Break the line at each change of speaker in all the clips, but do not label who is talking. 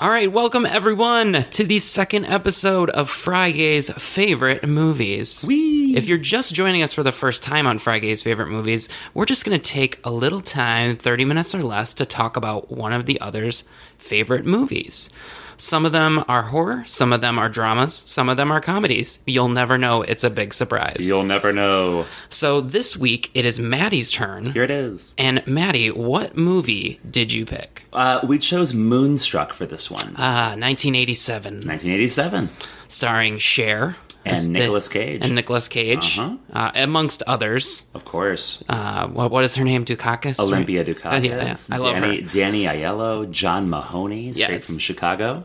All right, welcome everyone to the second episode of Friday's Favorite Movies.
Whee!
If you're just joining us for the first time on Friday's Favorite Movies, we're just going to take a little time, 30 minutes or less, to talk about one of the other's favorite movies. Some of them are horror, some of them are dramas, some of them are comedies. You'll never know, it's a big surprise.
You'll never know.
so this week, it is Maddie's turn.
Here it is.
and Maddie, what movie did you pick?
Uh, we chose Moonstruck for this one.
Ah, 1987.
1987.
starring Cher
And
as the-
Nicolas Cage.
and Nicolas Cage,
Uh-huh.
uh, amongst others.
Of course.
Uh, what, what is her name? Dukakis. right?
Olympia
Uh,
Dukakis.
yeah, yeah. I love
Danny,
her.
Danny Aiello, John Mahoney,
Yeah,
straight
it's-
from Chicago.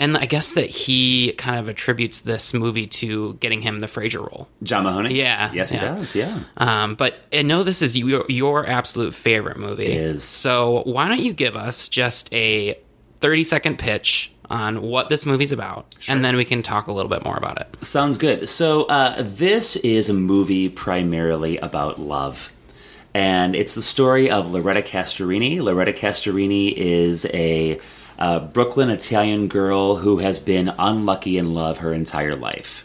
And I guess that he kind of attributes this movie to getting him the Fraser role.
John Mahoney?
Yeah,
Yes,
yeah.
he does, yeah.
Um, but I know this is your your absolute favorite movie.
It is.
So why don't you give us just a thirty second pitch on what this movie's about, and then we can talk a little bit more about it.
Sounds good. So, uh, this is a movie primarily about love. And it's the story of Loretta Castorini. Loretta Castorini is a uh, Brooklyn Italian girl who has been unlucky in love her entire life.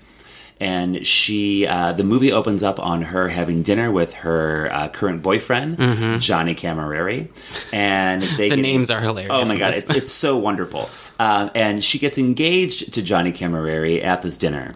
And she, uh, the movie opens up on her having dinner with her uh, current boyfriend, Johnny Camerari, and they
Mm-hmm. The
get-
names are hilarious.
Oh my
in
god,
this.
it's, it's so wonderful. Um, and she gets engaged to Johnny Camerari at this dinner,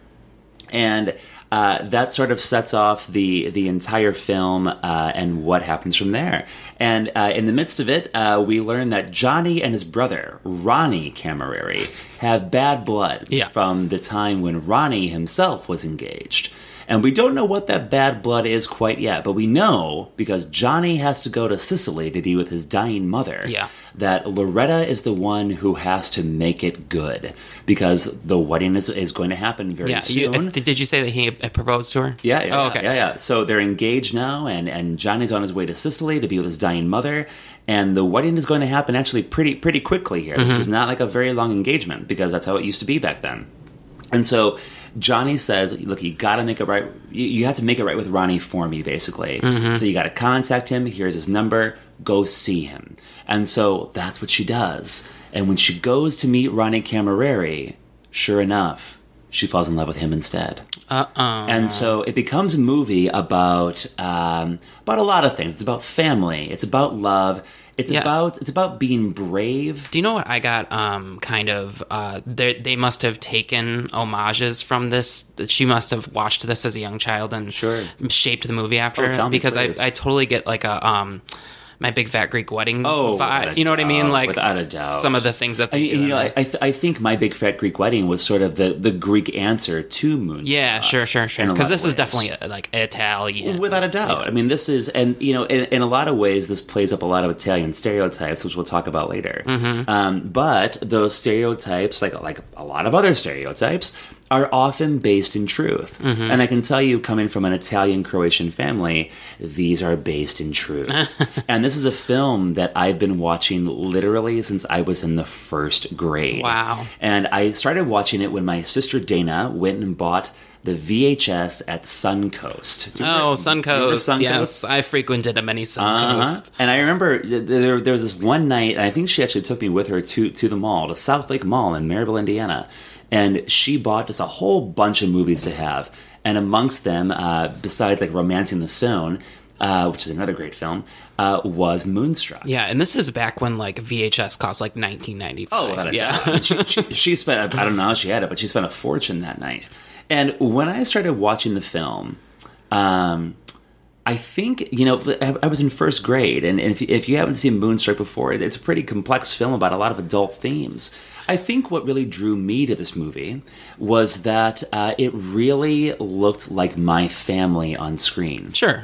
and uh, that sort of sets off the the entire film uh, and what happens from there. And uh, in the midst of it, uh, we learn that Johnny and his brother Ronnie Camerari have bad blood
Yeah.
from the time when Ronnie himself was engaged. And we don't know what that bad blood is quite yet, but we know because Johnny has to go to Sicily to be with his dying mother
Yeah.
that Loretta is the one who has to make it good because the wedding is, is going to happen very
yeah. You,
soon.
did you say that he uh, proposed to her?
yeah, yeah,
Oh,
yeah,
okay.
yeah, yeah. So they're engaged now, and and Johnny's on his way to Sicily to be with his dying mother, and the wedding is going to happen actually pretty pretty quickly here.
Mm-hmm.
This is not like a very long engagement because that's how it used to be back then. And so Johnny says, "Look, you got to make it right. You, you have to make it right with Ronnie for me, basically.
Mm-hmm.
So you got to contact him. Here's his number. Go see him." And so that's what she does. And when she goes to meet Ronnie Camerari, sure enough, she falls in love with him instead.
Uh-oh.
And so it becomes a movie about um, about a lot of things. It's about family. It's about love. It's
Yeah.
about it's about being brave.
Do you know what I got? Um, kind of. Uh, they they must have taken homages from this. She must have watched this as a young child and
Sure.
shaped the movie after.
Oh, tell me,
because
please.
I, I totally get like a um, my big fat Greek wedding. vibe.
Oh, without
you know what I mean?
doubt,
Like
without a doubt.
some of the things that
I
they
mean,
do.
you
in
know, I
there.
I, th- I think my big fat Greek wedding was sort of the the Greek answer to Moon.
yeah, sure, sure, sure.
in a lot
Because
of
this is
ways.
definitely uh, like Italian.
Without a doubt. I mean, this is, and you know, in, in a lot of ways, this plays up a lot of Italian stereotypes, which we'll talk about later. Um, but those stereotypes, like like a lot of other stereotypes, are often based in truth. And I can tell you, coming from an Italian Croatian family, these are based in truth. and this is a film that I've been watching literally since I was in the first grade.
Wow.
And I started watching it when my sister Dana went and bought. The VHS at Suncoast. Do you
Oh,
Remember
Suncoast. Yes,
Suncoast?
I frequented a many
Uh-huh.
Suncoast.
And I remember th- there, there was this one night, and I think she actually took me with her to, to the mall, to South Lake Mall in Maryville, Indiana. And she bought just a whole bunch of movies to have. And amongst them, uh, besides like Romancing the Stone, uh, which is another great film, uh, was Moonstruck.
Yeah, and this is back when like VHS cost like 19.95.
Oh, without a
yeah.
doubt. she, she, she spent, a, I don't know how she had it, but she spent a fortune that night. And when I started watching the film, um, I think, you know, I I was in first grade. And if, if you haven't seen Moonstruck before, it- it's a pretty complex film about a lot of adult themes. I think what really drew me to this movie was that uh, it really looked like my family on screen
Sure.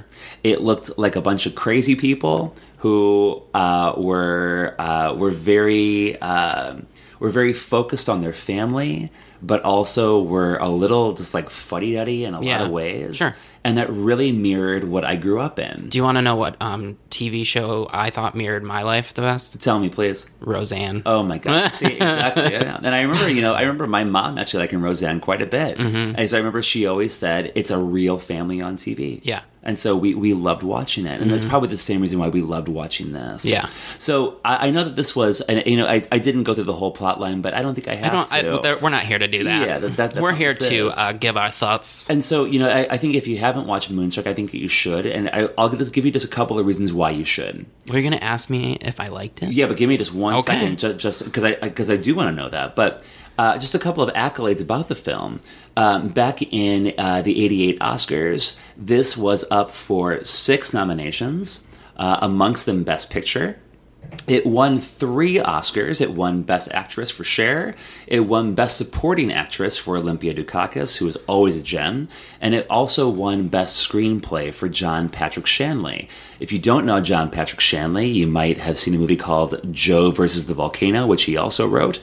it looked like a bunch of crazy people who uh, were uh, were very uh, were very focused on their family, but also were a little just like fuddy duddy in a
Yeah,
lot of ways.
sure.
And that really mirrored what I grew up in.
Do you want to know what um, TV show I thought mirrored my life the best?
Tell me, please.
Roseanne.
Oh my god! See, exactly. Yeah. And I remember, you know, I remember my mom
Mm-hmm.
actually liking Roseanne quite a bit. As I remember, she always said, "It's a real family on TV."
Yeah. Mm-hmm.
And so we, we loved watching it. And that's probably the same reason why we loved watching this.
Yeah.
So I, I know that this was, and you know, I, I didn't go through the whole plot line, but I don't think I have
I don't. I,
to.
there- we're not here to do that.
Yeah, that- that- that's
we're
not
here
what this
to
is.
uh, give our thoughts.
and so, you know, I, I think if you haven't watched Moonstruck, I think that you should. And I, I'll just give you just a couple of reasons why you should.
Were you going to ask me if I liked it?
Yeah, but give me just one
Okay.
second, ju- just because I because I do want to know that. But uh, just a couple of accolades about the film. Um, back in uh, the '88 Oscars, this was up for six nominations, uh, amongst them Best Picture. It won three Oscars. It won Best Actress for Cher. It won Best Supporting Actress for Olympia Dukakis, who is always a gem. And it also won Best Screenplay for John Patrick Shanley. If you don't know John Patrick Shanley, you might have seen a movie called Joe versus the Volcano, which he also wrote.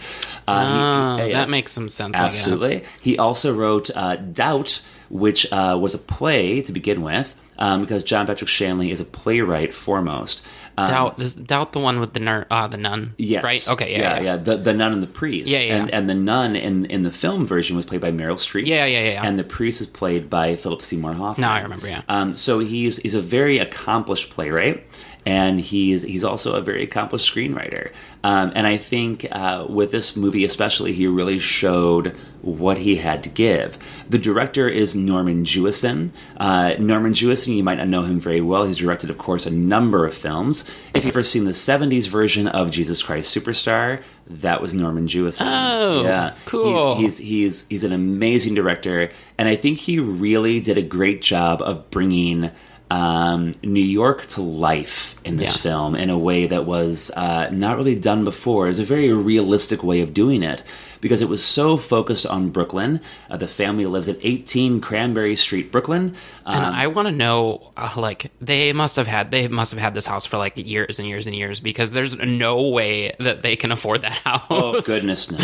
Uh,
Oh,
he- yeah,
that makes some sense. I guess.
Absolutely. He also wrote uh, Doubt, which uh, was a play to begin with, um, because John Patrick Shanley is a playwright foremost. Um,
Doubt this, doubt the one with the ner- uh, the nun.
Yes.
Right. Okay.
yeah,
Yeah. Yeah.
The the nun and the priest.
Yeah, yeah.
And, and the nun in in the film version was played by Meryl Streep.
Yeah. Yeah. Yeah. yeah.
And the priest is played by Philip Seymour Hoffman.
Now I remember, yeah.
Um, so he's he's a very accomplished playwright, and he's he's also a very accomplished screenwriter. Um, and I think uh, with this movie especially, he really showed what he had to give. The director is Norman Jewison. Uh, Norman Jewison, you might not know him very well. He's directed, of course, a number of films. If you've ever seen the '70s version of Jesus Christ Superstar, that was Norman Jewison.
Oh,
yeah, He's-
cool.
he's he's he's an amazing director, and I think he really did a great job of bringing um, New York to life in this
Yeah.
film in a way that was uh, not really done before. It was a very realistic way of doing it because it was so focused on Brooklyn. Uh, the family lives at 18 Cranberry Street, Brooklyn.
and
Um,
I want to know, uh, like, they must have had they must have had this house for like years and years and years because there's no way that they can afford that house.
Oh goodness no!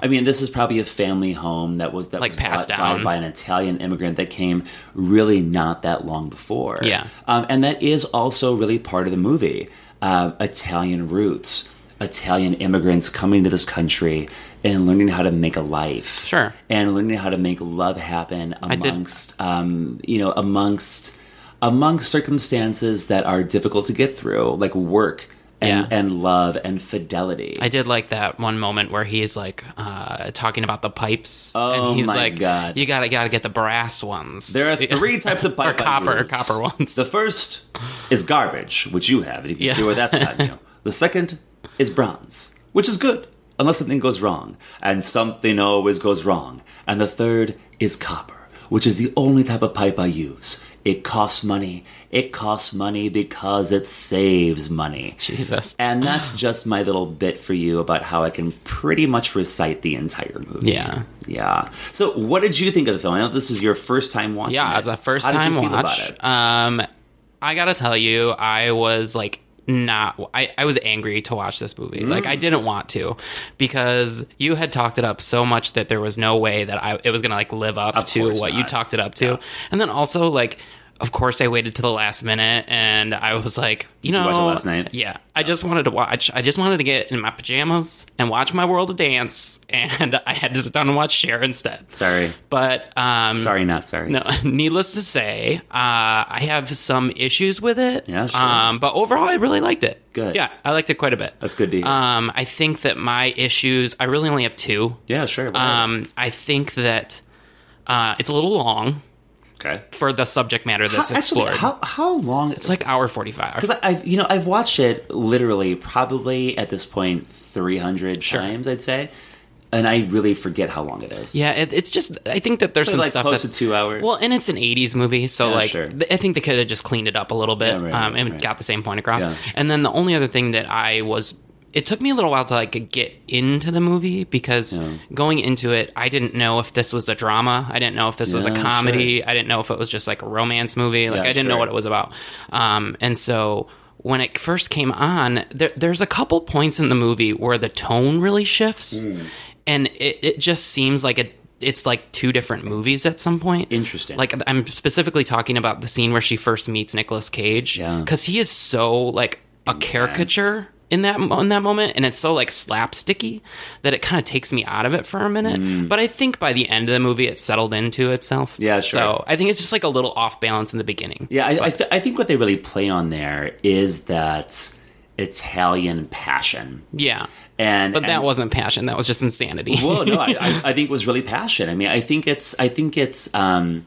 I mean, this is probably a family home that was that
Like,
was
passed
bought
down.
by, by an Italian immigrant that came really not that long before.
Yeah.
um, and that is also really part of the movie: uh, Italian roots, Italian immigrants coming to this country and learning how to make a life,
Sure.
and learning how to make love happen
did-
amongst, um, you know, amongst amongst circumstances that are difficult to get through, like work. And,
Yeah.
and love and fidelity.
I did like that one moment where he's like uh, talking about the pipes,
Oh
and he's
my
like,
God.
"You gotta gotta get the brass ones."
There are three types of pipe
or copper,
bundles.
copper ones.
The first is garbage, which you have, and you can
Yeah.
see where that's gotten you. The second is bronze, which is good, unless something goes wrong, and something always goes wrong. And the third is copper, which is the only type of pipe I use. It costs money. It costs money because it saves money.
Jesus.
And that's just my little bit for you about how I can pretty much recite the entire movie.
Yeah.
Yeah. So, what did you think of the film? I know this is your first time watching.
Yeah,
it.
as a first
How
time
did you feel
watch.
About it?
Um I gotta tell you, I was like not I, I was angry to watch this movie. Like
Mm.
I didn't want to because you had talked it up so much that there was no way that I it was gonna like live up to
course
what you
not.
talked it up to. And then also like of course I waited to the last minute and I was like, you know
you watch it last night? Oh.
Yeah. I just wanted to watch I just wanted to get in my pajamas and watch my world of dance and I had to sit down and watch Cher instead.
Sorry.
But um
Sorry, not sorry.
no, needless to say, uh, I have some issues with it.
Yeah, sure.
Um, but overall, I really liked it.
Good.
Yeah, I liked it quite a bit.
That's good to hear.
Um, I think that my issues, I really only have two.
yeah, sure. whatever.
Um, I think that uh, it's a little long
okay.
for the subject matter that's
How-
explored.
Actually, how how long? It's
it's like hour forty five.
because I've you know I've watched it literally probably at this point three hundred times I'd say, and I really forget how long it is.
Yeah, it, it's just I think that there's
So,
some
like,
stuff
close
that-
to two hours.
Well, and it's an '80s movie, so
Yeah,
like
sure.
th- I think they could have just cleaned it up a little bit
Yeah, right,
um,
right,
and
right.
got the same point across.
Yeah, sure.
And then the only other thing that I was. It took me a little while to like get into the movie because going into it, I didn't know if this was a drama. I didn't know if this was a
Yeah,
comedy. I didn't know if it was just like a romance movie. Like
Yeah,
I didn't know
sure.
what it was about. Um, and so when it first came on, there, there's a couple points in the movie where the tone really shifts,
Hmm.
and it, it just seems like it. It's like two different movies at some point.
Interesting.
Like I'm specifically talking about the scene where she first meets Nicolas Cage.
Yeah.
Because he is so like a caricature in that in that moment, and it's so like slapsticky that it kind of takes me out of it for a minute. But I think by the end of the movie, it settled into itself.
Mm. Yeah, sure.
So I think it's just like a little off balance in the beginning.
Yeah, I, I, th- I think what they really play on there is that Italian passion.
yeah.
And
But
and-
that wasn't passion. That was just insanity.
well, no, I, I, I think it was really passion. I mean, I think it's, I think it's, um,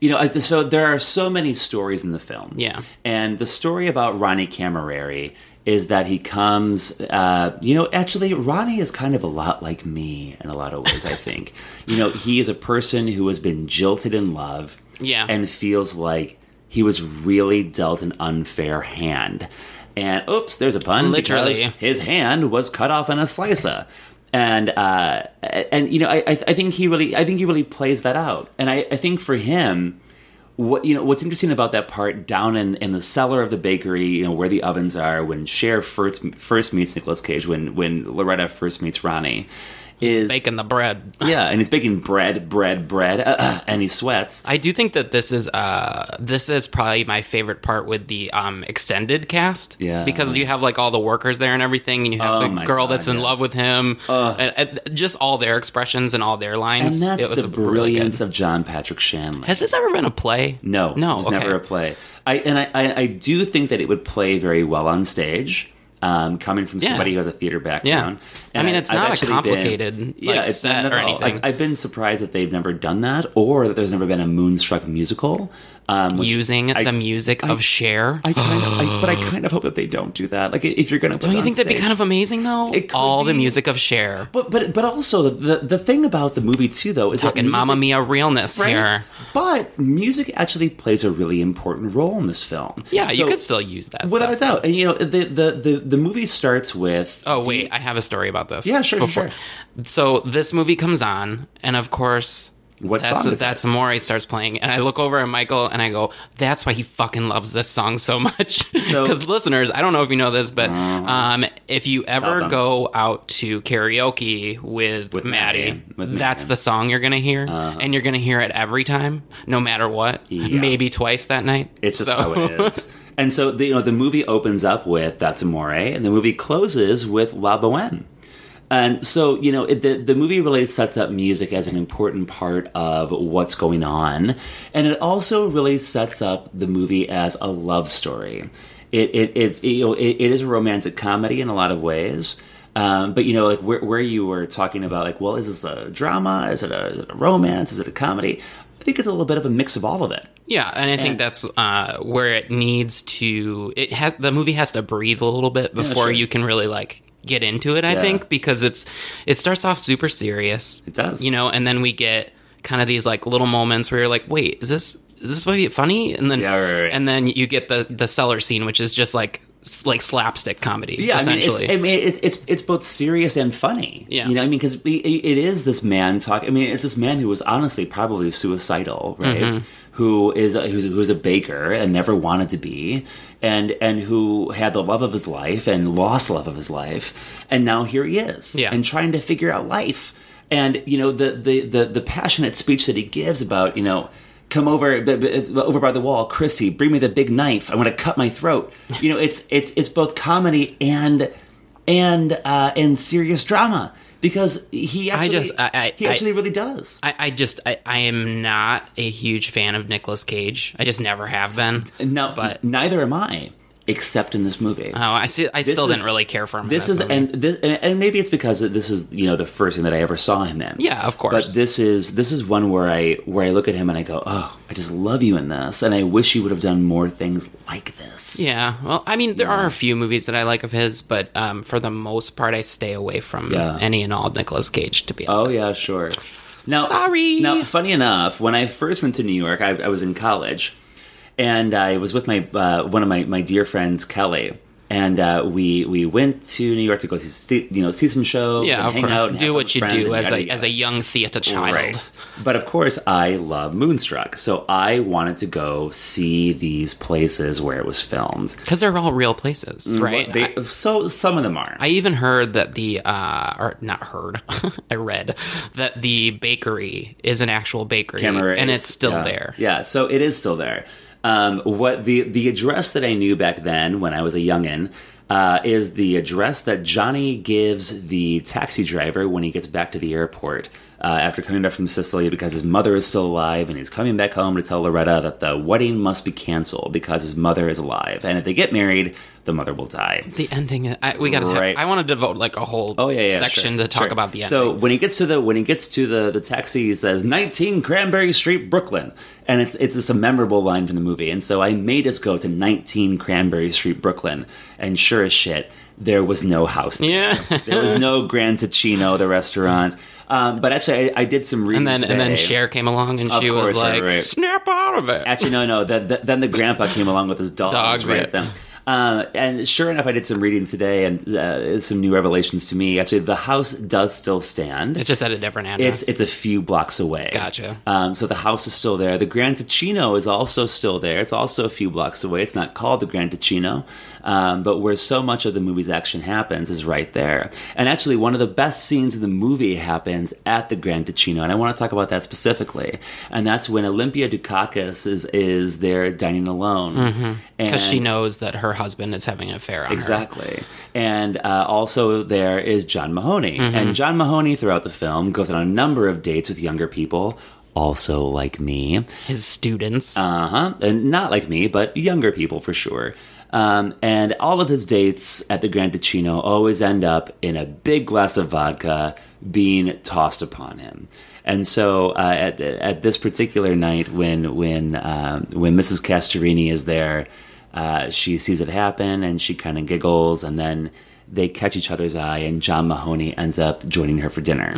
you know, I- so there are so many stories in the film.
Yeah.
and the story about Ronnie Camerari is that he comes, uh, you know, actually, Ronnie is kind of a lot like me in a lot of ways. I think, you know, he is a person who has been jilted in love.
Yeah.
and feels like he was really dealt an unfair hand. And oops, there's a pun. because
Literally.
his hand was cut off in a slicer. And uh, and you know, I I I think he really I think he really plays that out. And I, I think for him, what you know, what's interesting about that part down in, in the cellar of the bakery, you know, where the ovens are, when Cher first first meets Nicolas Cage, when when Loretta first meets Ronnie, is
Baking the bread.
yeah, and he's baking bread, bread, bread, uh, and he sweats.
I do think that this is uh this is probably my favorite part with the um extended cast.
Yeah.
Because you have like all the workers there and everything, and you have
Oh
the
my
girl
God,
that's in
yes.
love with him, and, and just all their expressions and all their
And
lines.
that's
it was
the
really good.
brilliance of John Patrick Shanley.
Has this ever been a play?
No,
no,
it was
okay.
never a play. I and I, I, I do think that it would play very well on stage. Um, coming from
Yeah.
somebody who has a theater background,
I mean, it's not a
actually
complicated, like, set
not at
or
all. I've-
anything.
I've been surprised that they've never done that, or that there's never been a Moonstruck musical. Um, which
Using
I-
the music of Cher.
I kind of, I, but I kind of hope that they don't do that. Like, if you're going to,
don't you think that'd be kind of amazing though?
It could
all the
be.
music of Cher.
But but but also the the thing about the movie too though is that
Fucking
music-
Mamma Mia realness
right?
here.
But music actually plays a really important role in this film.
Yeah, you
So-
could still use that. stuff.
Without a doubt, and you know the the the, the movie starts with.
Oh wait, I have a story about this.
Yeah, sure, sure, sure.
So this movie comes on, and of course,
What
that's
song is
that's Amore starts playing, and I look over at Michael and I go, "That's why he fucking loves this song so much."
So-
Because listeners, I don't know if you know this, but um, if you ever
Uh, them.
go out to karaoke with,
With
Maddie,
Maddie, with
that's
Maddie.
the song you're gonna hear, and you're gonna hear it every time, no matter what.
Yeah.
Maybe twice that night.
It's just how it is. And so the, you know the movie opens up with "That's Amore," and the movie closes with "La Boheme." And so you know it, the the movie really sets up music as an important part of what's going on, and it also really sets up the movie as a love story. It it, it, you know it, it is a romantic comedy in a lot of ways. Um, but you know, like where, where you were talking about, like, well, is this a drama? Is it a, is it a romance? Is it a comedy? I think it's a little bit of a mix of all of it.
Yeah, and I think
And-
that's uh, where it needs to. It has the movie has to breathe a little bit before
sure.
you can really like get into it. I
Yeah.
think because it's it starts off super serious.
It does.
you know, and then we get kind of these like little moments where you're like, wait, is this is this supposed to be funny? And then
Yeah, right, right, right.
and then you get the the cellar scene, which is just like s- like slapstick comedy.
Yeah, I mean, it's,
essentially.
I mean, it's it's it's both serious and funny.
Yeah.
you know, I mean, because it is this man talk. I mean, it's this man who was honestly probably suicidal, right?
Mm-hmm.
Who is a, who's, who's a baker and never wanted to be, and and who had the love of his life and lost love of his life, and now here he is,
Yeah.
and trying to figure out life. And you know, the the the, the passionate speech that he gives about you know. Come over, b- b- over by the wall, Chrissy. Bring me the big knife. I want to cut my throat. You know, it's it's it's both comedy and and uh, and serious drama because he actually
just- I- I-
he
I-
actually really does.
I, I just I, I am not a huge fan of Nicolas Cage. I just never have been.
No,
but-
but neither am I, except in this movie.
Oh, I see. I still didn't
is-
really care for him. in
this is
movie.
and this, and maybe it's because this is you know the first thing that I ever saw him in.
Yeah, of course.
But this is this is one where I where I look at him and I go, oh, I just love you in this, and I wish you would have done more things like this.
Yeah, well, I mean, there are a few movies that I like of his, but um, for the most part, I stay away from
Yeah.
any and all Nicolas Cage. To be
Oh
honest.
yeah, sure. Now,
Sorry.
Now, funny enough, when I first went to New York, I, I was in college, and I was with my uh, one of my, my dear friends, Kelly, and uh, we we went to New York to go see- see you know see some shows, and
yeah, of
hang out,
course.
and
Do
have
what you
fun with friends
do
and
as
yada,
a
yada.
as a young theater child.
But of course, I love Moonstruck, so I wanted to go see these places where it was filmed.
Because they're all real places, right?
Mm, They-
I,
so some of them are.
I even heard that the, uh, or not heard, I read that the bakery is an actual bakery,
Cameras.
and it's still
Yeah.
there.
Yeah, so it is still there. Um, what the the address that I knew back then when I was a youngin uh, is the address that Johnny gives the taxi driver when he gets back to the airport uh, after coming back from Sicily because his mother is still alive and he's coming back home to tell Loretta that the wedding must be canceled because his mother is alive. And if they get married, the mother will die.
The ending. I, we got.
Right.
to I want to devote like a whole
Oh yeah, yeah
section
sure,
to talk
sure.
about the ending.
So when he gets to the when he gets to the the taxi, he says 19 Cranberry Street, Brooklyn, and it's it's just a memorable line from the movie. And so I made us go to 19 Cranberry Street, Brooklyn, and sure as shit, there was no house. there.
yeah.
there was no Grand Ticino, the restaurant. Um, but actually, I, I did some reading
And then and then
today.
Cher came along and she
course,
was
right,
like,
right.
"Snap out of it."
Actually, no, no. That, that, then the grandpa came along with his dogs,
Dogs,
right
yeah.
at them. Uh, and sure enough, I did some reading today, and uh, some new revelations to me. Actually, the house does still stand.
It's just at a different address.
It's it's a few blocks away.
Gotcha.
Um, so the house is still there. The Grand Ticino is also still there. It's also a few blocks away. It's not called the Grand Ticino, um, but where so much of the movie's action happens is right there. And actually, one of the best scenes in the movie happens at the Grand Ticino, and I want to talk about that specifically. And that's when Olympia Dukakis is is there dining alone, and
because Mm-hmm. she knows that her husband is having an affair on her.
Exactly. And uh, also there is John Mahoney. And John Mahoney, throughout the film, goes on a number of dates with younger people, also like me.
His students.
Uh huh. And not like me, but younger people for sure. Um, and all of his dates at the Grand Ticino always end up in a big glass of vodka being tossed upon him. And so uh, at, at this particular night, when when um, when Mrs. Castorini is there, uh, she sees it happen and she kind of giggles, and then they catch each other's eye, and John Mahoney ends up joining her for dinner.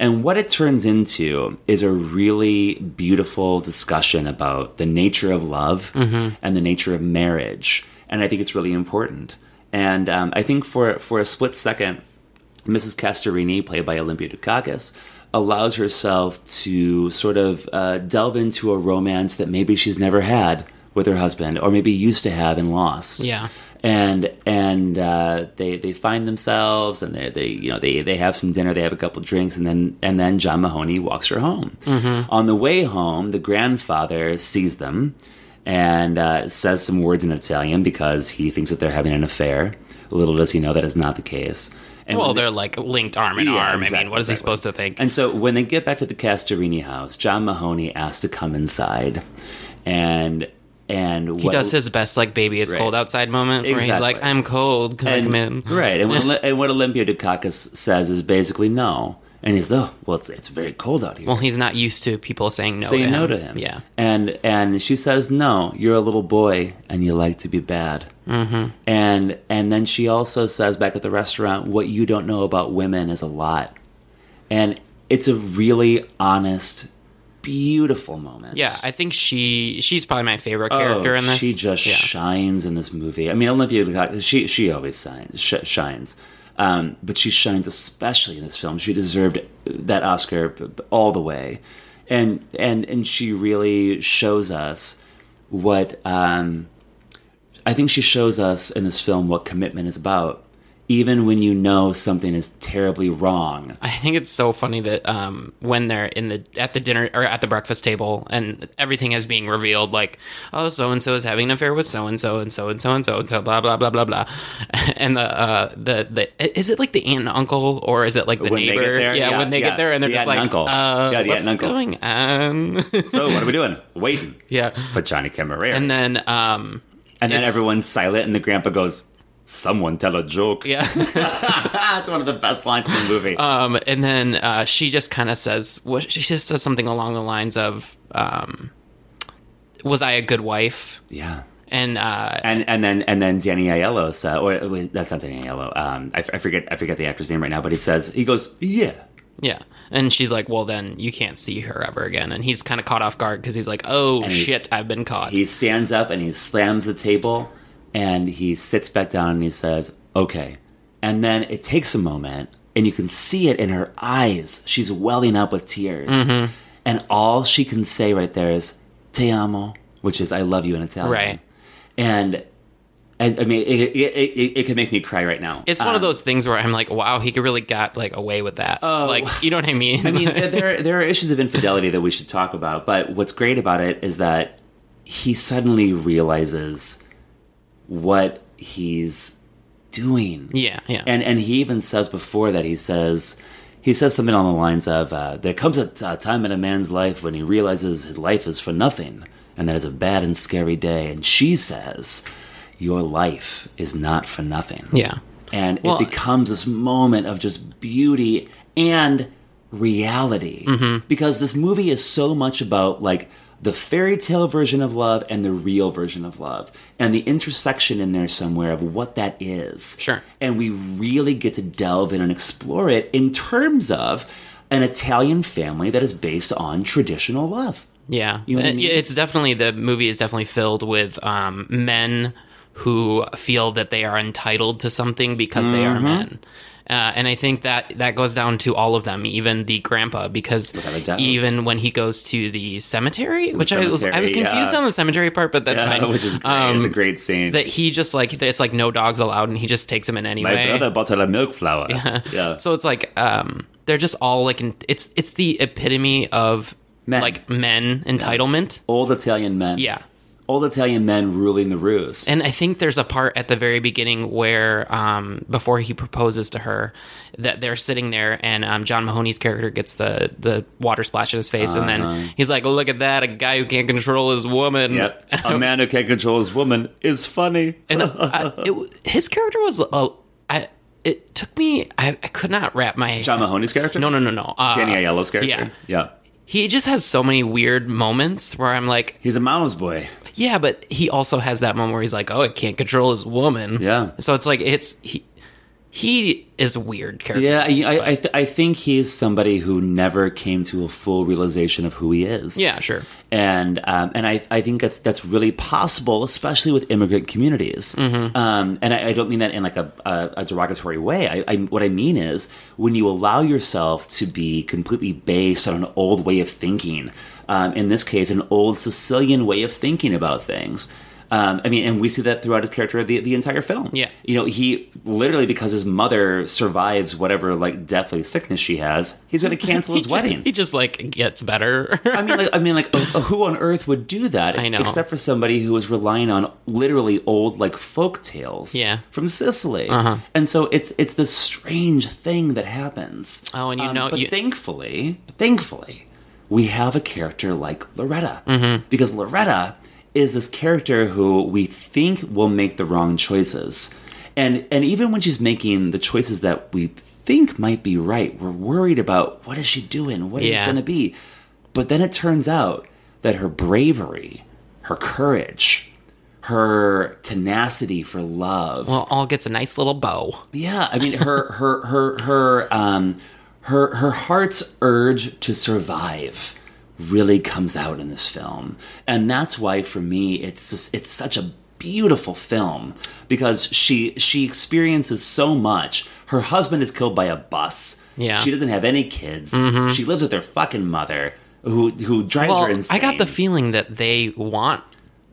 And what it turns into is a really beautiful discussion about the nature of love and the nature of marriage. And I think it's really important. And um, I think for, for a split second, Mrs. Castorini, played by Olympia Dukakis, allows herself to sort of uh, delve into a romance that maybe she's never had with her husband, or maybe used to have and lost
Yeah.
and and uh, they they find themselves and they they you know they they have some dinner they have a couple drinks and then and then John Mahoney walks her home
Mm-hmm.
on the way home the grandfather sees them and uh, says some words in Italian because he thinks that they're having an affair little does he know that is not the case and
well,
when they-
they're like linked arm in
Yeah,
arm. I
exactly,
mean, what is he
exactly.
supposed to think?
and so when they get back to the Castorini house John Mahoney asks to come inside and and
he does his best, like baby, it's
Right.
cold outside moment, where he's
Exactly.
like, "I'm cold, can I come in?"
Right. And, when, and what Olympia Dukakis says is basically no. And he's, oh, well, it's, it's very cold out here.
Well, he's not used to people saying no.
Say
to
no
him.
to him.
Yeah.
And and she says, no, you're a little boy and you like to be bad. Mm-hmm. And and then she also says back at the restaurant, what you don't know about women is a lot. And it's a really honest, beautiful moment.
Yeah, I think she she's probably my favorite character
Oh,
in this.
She just
yeah.
shines in this movie. I mean, Olympia Dukakis, she she always shines, sh- shines, um, but she shines especially in this film. She deserved that Oscar b- b- all the way, and and and she really shows us what um, I think she shows us in this film what commitment is about. Even when you know something is terribly wrong,
I think it's so funny that um, when they're in the at the dinner or at the breakfast table and everything is being revealed, like oh, so and so is having an affair with so and so and so and so and so and so blah blah blah blah blah, and the uh, the the is it like the aunt and uncle or is it like the
When they get
neighbor?
there?
yeah,
Yeah,
when they
yeah.
get there and they're
The
just like
aunt and uncle.
Uh,
Yeah, the
what's
aunt and uncle.
going on?
so what are we doing? Waiting
yeah,
for Johnny Camarera,
and then um,
and then
it's-
everyone's silent, and the grandpa goes, "Someone tell a joke."
yeah.
That's one of the best lines in the movie.
Um, and then uh, she just kind of says, what, she just says something along the lines of, um, "Was I a good wife?"
yeah.
And uh,
And and then and then Danny Aiello said, or wait, that's not Danny Aiello. Um, I, f- I forget I forget the actor's name right now, but he says he goes, yeah,
yeah, and she's like, "Well, then you can't see her ever again." And he's kind of caught off guard because he's like, "Oh
And he's-
shit, I've been caught."
he stands up and he slams the table and he sits back down and he says, Okay. And then it takes a moment and you can see it in her eyes. She's welling up with tears.
Mm-hmm.
And all she can say right there is, Te amo, which is I love you in Italian.
Right.
And, and I mean, it, it, it, it, it can make me cry right now.
it's one
Um,
of those things where I'm like, "Wow, he really got like away with that." Oh, like you know what I mean?
I mean, there- there there are issues of infidelity that we should talk about, but what's great about it is that he suddenly realizes what he's doing?
Yeah, yeah.
And and he even says before that he says he says something on the lines of uh, there comes a, t- a time in a man's life when he realizes his life is for nothing and that is a bad and scary day. And she says, "Your life is not for nothing."
yeah.
and
Well-
it becomes this moment of just beauty and reality
Mm-hmm.
because this movie is so much about like the fairy tale version of love and the real version of love and the intersection in there somewhere of what that is
Sure.
and we really get to delve in and explore it in terms of an italian family that is based on traditional love
Yeah,
know what I
It-
mean?
it's definitely the movie is definitely filled with um, men who feel that they are entitled to something because they
Mm-hmm.
are men. Uh, and I think that that goes down to all of them, even the grandpa, because
Without a doubt.
even when he goes to the cemetery, which I was I was
cemetery,
confused
yeah.
on the cemetery part, but that's fine. Um,
which is great. it's a great scene
that he just like it's like no dogs allowed, and he just takes them in anyway.
my brother bought her a milk flower yeah,
So it's like um, they're just all like in, it's it's the epitome of
Men.
like men entitlement.
old italian men
Yeah.
old Italian men ruling the roost.
And I think there's a part at the very beginning where, um, before he proposes to her, that they're sitting there, and um, John Mahoney's character gets the the water splash in his face, and then he's like, "Look at that, a guy who can't control his woman."
Uh-huh. yep, a man who can't control his woman is funny.
and I, it, w- his character was, uh, I it took me, I, I could not wrap my
John Mahoney's character?
no no no no uh,
Danny Aiello's character.
yeah.
yeah.
He just has so many weird moments where I'm like,
He's a mama's boy.
yeah, but he also has that moment where he's like, "Oh, I can't control his woman."
Yeah.
So it's like it's he he is a weird character.
Yeah, I I, I, th- I think he's somebody who never came to a full realization of who he is.
Yeah, sure.
and um, and I, I think that's that's really possible, especially with immigrant communities.
Mm-hmm.
Um, and I, I don't mean that in like a, a, a derogatory way. I, I what I mean is when you allow yourself to be completely based on an old way of thinking. Um, in this case, an old Sicilian way of thinking about things. Um, I mean, and we see that throughout his character the, the entire film.
Yeah.
you know, he literally because his mother survives whatever like deathly sickness she has, he's going to cancel his
He just-
wedding.
he just like gets better.
I mean, like, I mean, like, uh, who on earth would do that?
I know.
except for somebody who was relying on literally old like folk tales,
Yeah. Uh-huh.
from Sicily. And so it's it's this strange thing that happens. Um,
Oh, and you know-
but
you-
thankfully, thankfully, we have a character like Loretta because Loretta is this character who we think will make the wrong choices, and and even when she's making the choices that we think might be right, we're worried about what is she doing? What is
Yeah.
going to be? But then it turns out that her bravery, her courage, her tenacity for love,
well, all gets a nice little bow.
yeah, I mean her her her her um her her heart's urge to survive really comes out in this film. And that's why for me it's just, it's such a beautiful film because she she experiences so much. Her husband is killed by a bus.
Yeah. Mm-hmm.
She doesn't have any kids. She lives with her fucking mother who who drives her
Well,
insane.
I got the feeling that they want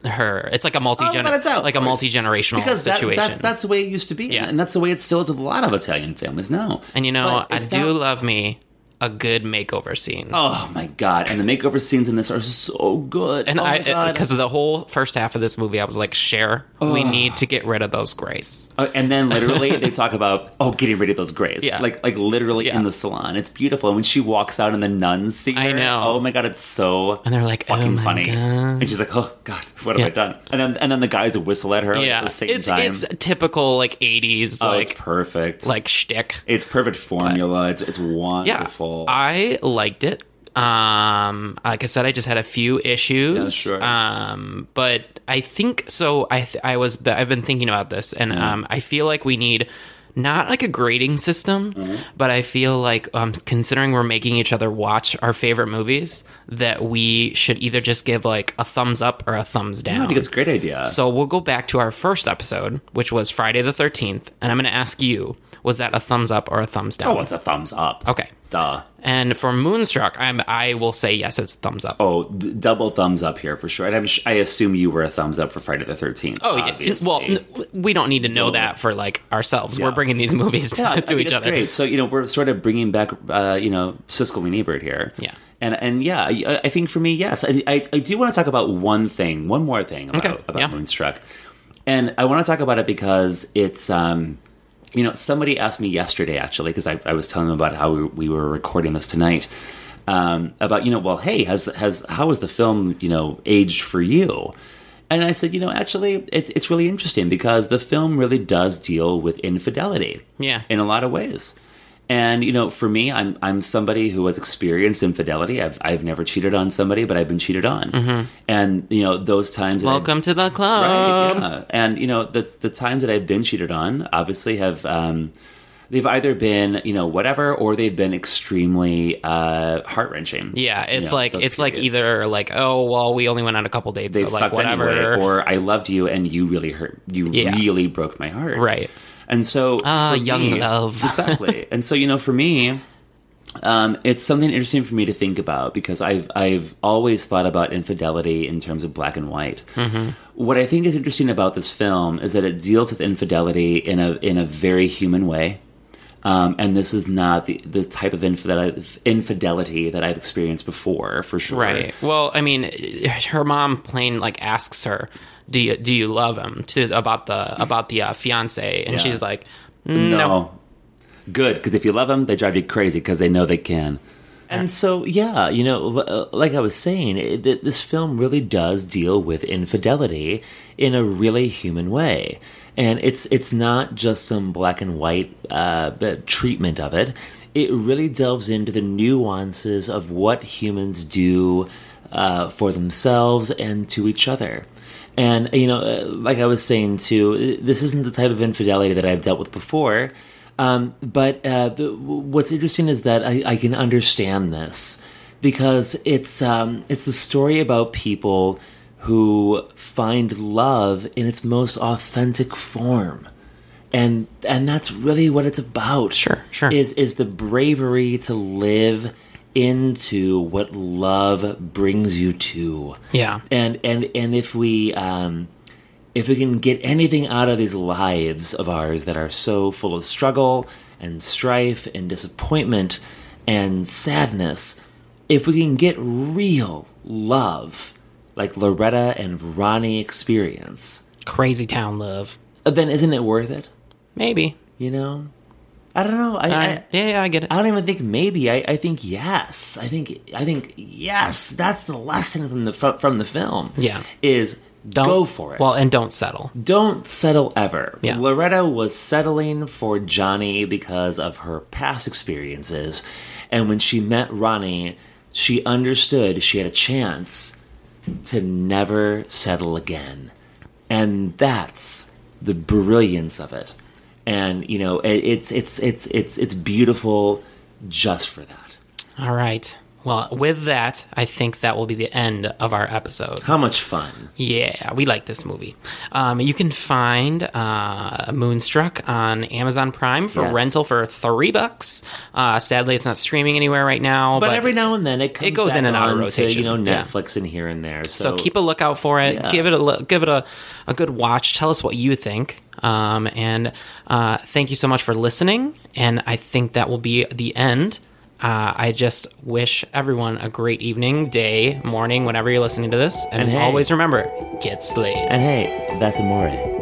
her. It's like a multi
Oh, without a doubt,
like a
of course.
multi generational
because that-
situation.
that's, that's the way it used to be,
Yeah.
and that's the way it still is with a lot of Italian families now.
and you know,
But
I
it's
do
not-
love me a good makeover scene.
Oh my god! And the makeover scenes in this are so good.
and
oh my
I uh,
god.
because of the whole first half of this movie, I was like, "Share, we need to get rid of those grays."
Uh, and then literally they talk about oh getting rid of those grays.
Yeah.
Like like literally
Yeah.
in the salon. It's beautiful. And when she walks out and the nuns see her,
I know.
Oh my god, it's so
And they're like,
fucking
"Oh my
funny.
god,
And she's like, oh god, what
Yeah.
have I done? And then and then the guys whistle at her like,
yeah,
at the same
it's
time.
it's typical like '80s
oh,
like
it's perfect.
like shtick.
it's perfect formula. it's it's wonderful.
I liked it. Um, like I said, I just had a few issues.
Yeah, sure.
Um, but I think so. I th- I was I've been thinking about this, and
Mm-hmm.
um, I feel like we need not like a grading system,
Mm-hmm.
but I feel like um, considering we're making each other watch our favorite movies, that we should either just give like a thumbs up or a thumbs down.
I think it's a great idea.
Um, So we'll go back to our first episode, which was Friday the thirteenth, and I'm going to ask you: Was that a thumbs up or a thumbs down?
oh, it's a thumbs up.
Okay.
Duh.
And for Moonstruck, I'm I will say yes, it's thumbs up.
Oh, d- double thumbs up here for sure. And I'm sh- I assume you were a thumbs up for Friday the 13th.
Oh, yeah.
obviously.
well, n- we don't need to know that for like ourselves. We're bringing these movies to,
Yeah, I
to
mean,
each
it's
other.
Great. So, you know, we're sort of bringing back, uh, you know, Siskel and Ebert here.
Yeah.
And, and yeah, I, I think for me, yes. I, I, I do want to talk about one thing, one more thing about,
Okay,
about
yeah.
Moonstruck. And I want to talk about it because it's, um, You know, somebody asked me yesterday, actually, because I, I was telling them about how we, we were recording this tonight. Um, about you know, well, hey, has has how has the film you know aged for you? And I said, you know, actually, it's it's really interesting because the film really does deal with infidelity,
Yeah.
in a lot of ways. And you know, for me, I'm I'm somebody who has experienced infidelity. I've I've never cheated on somebody, but I've been cheated on. And you know, those times that
Mm-hmm.
I've-
Welcome to the
Right,
club.
yeah. And you know, the the times that I've been cheated on, obviously have um, they've either been you know whatever, or they've been extremely uh, heart wrenching.
Yeah, it's like
those
it's like
periods.
either like oh well we only went on a couple dates
They
so like
sucked
whatever
anyway, or I loved you and you really hurt. You
Yeah.
really broke my heart.
right
And so,
Ah,
for
young love.
exactly. And so, you know, for me, um, it's something interesting for me to think about because I've I've always thought about infidelity in terms of black and white.
Mm-hmm.
What I think is interesting about this film is that it deals with infidelity in a in a very human way. Um, and this is not the, the type of infidelity, infidelity that I've experienced before, for sure.
right. Well, I mean, her mom plain like asks her, "Do you do you love him?" to about the about the uh, fiance, and
Yeah.
she's like,
No.
"No."
Good, because if you love them, they drive you crazy because they know they can. And so, yeah, you know, l- uh, like I was saying, it, th- this film really does deal with infidelity in a really human way, and it's it's not just some black and white uh, b- treatment of it. It really delves into the nuances of what humans do uh, for themselves and to each other. And you know, uh, like I was saying too, uh, this isn't the type of infidelity that I've dealt with before. Um, but uh, the- what's interesting is that I, I can understand this because it's um, it's a story about people who find love in its most authentic form, and and that's really what it's about.
Sure, sure.
Is is the bravery to live into what love brings you to
Yeah.
and and and if we um if we can get anything out of these lives of ours that are so full of struggle and strife and disappointment and sadness if we can get real love like loretta and ronnie experience
Crazy town love.
then isn't it worth it
Maybe.
you know i don't know
I,
i, I
yeah, yeah, I get it.
I don't even think maybe. I, I think yes. I think I think yes. That's the lesson from the fro- from the film.
Yeah.
is
don't
go for it.
Well, and don't settle.
don't settle ever.
Yeah.
Loretta was settling for Johnny because of her past experiences, and when she met Ronnie, she understood she had a chance to never settle again. And that's the brilliance of it. And you know, it, it's it's it's it's it's beautiful just for that.
All right. Well, with that, I think that will be the end of our episode.
How much fun.
Yeah, we like this movie. Um, you can find uh, Moonstruck on Amazon Prime for
Yes.
rental for three bucks. Uh, sadly, it's not streaming anywhere right now,
But, every now and then it comes
goes
back
in and out of
on
rotation.
To, you know,
Yeah.
Netflix and here and there.
So keep a lookout for it.
Yeah.
Give it a look, give it a, a good watch. Tell us what you think. Um, and uh, thank you so much for listening. And I think that will be the end. Uh, I just wish everyone a great evening, day, morning, whenever you're listening to this. And,
And hey.
always remember, get slayed.
And hey, that's Amore.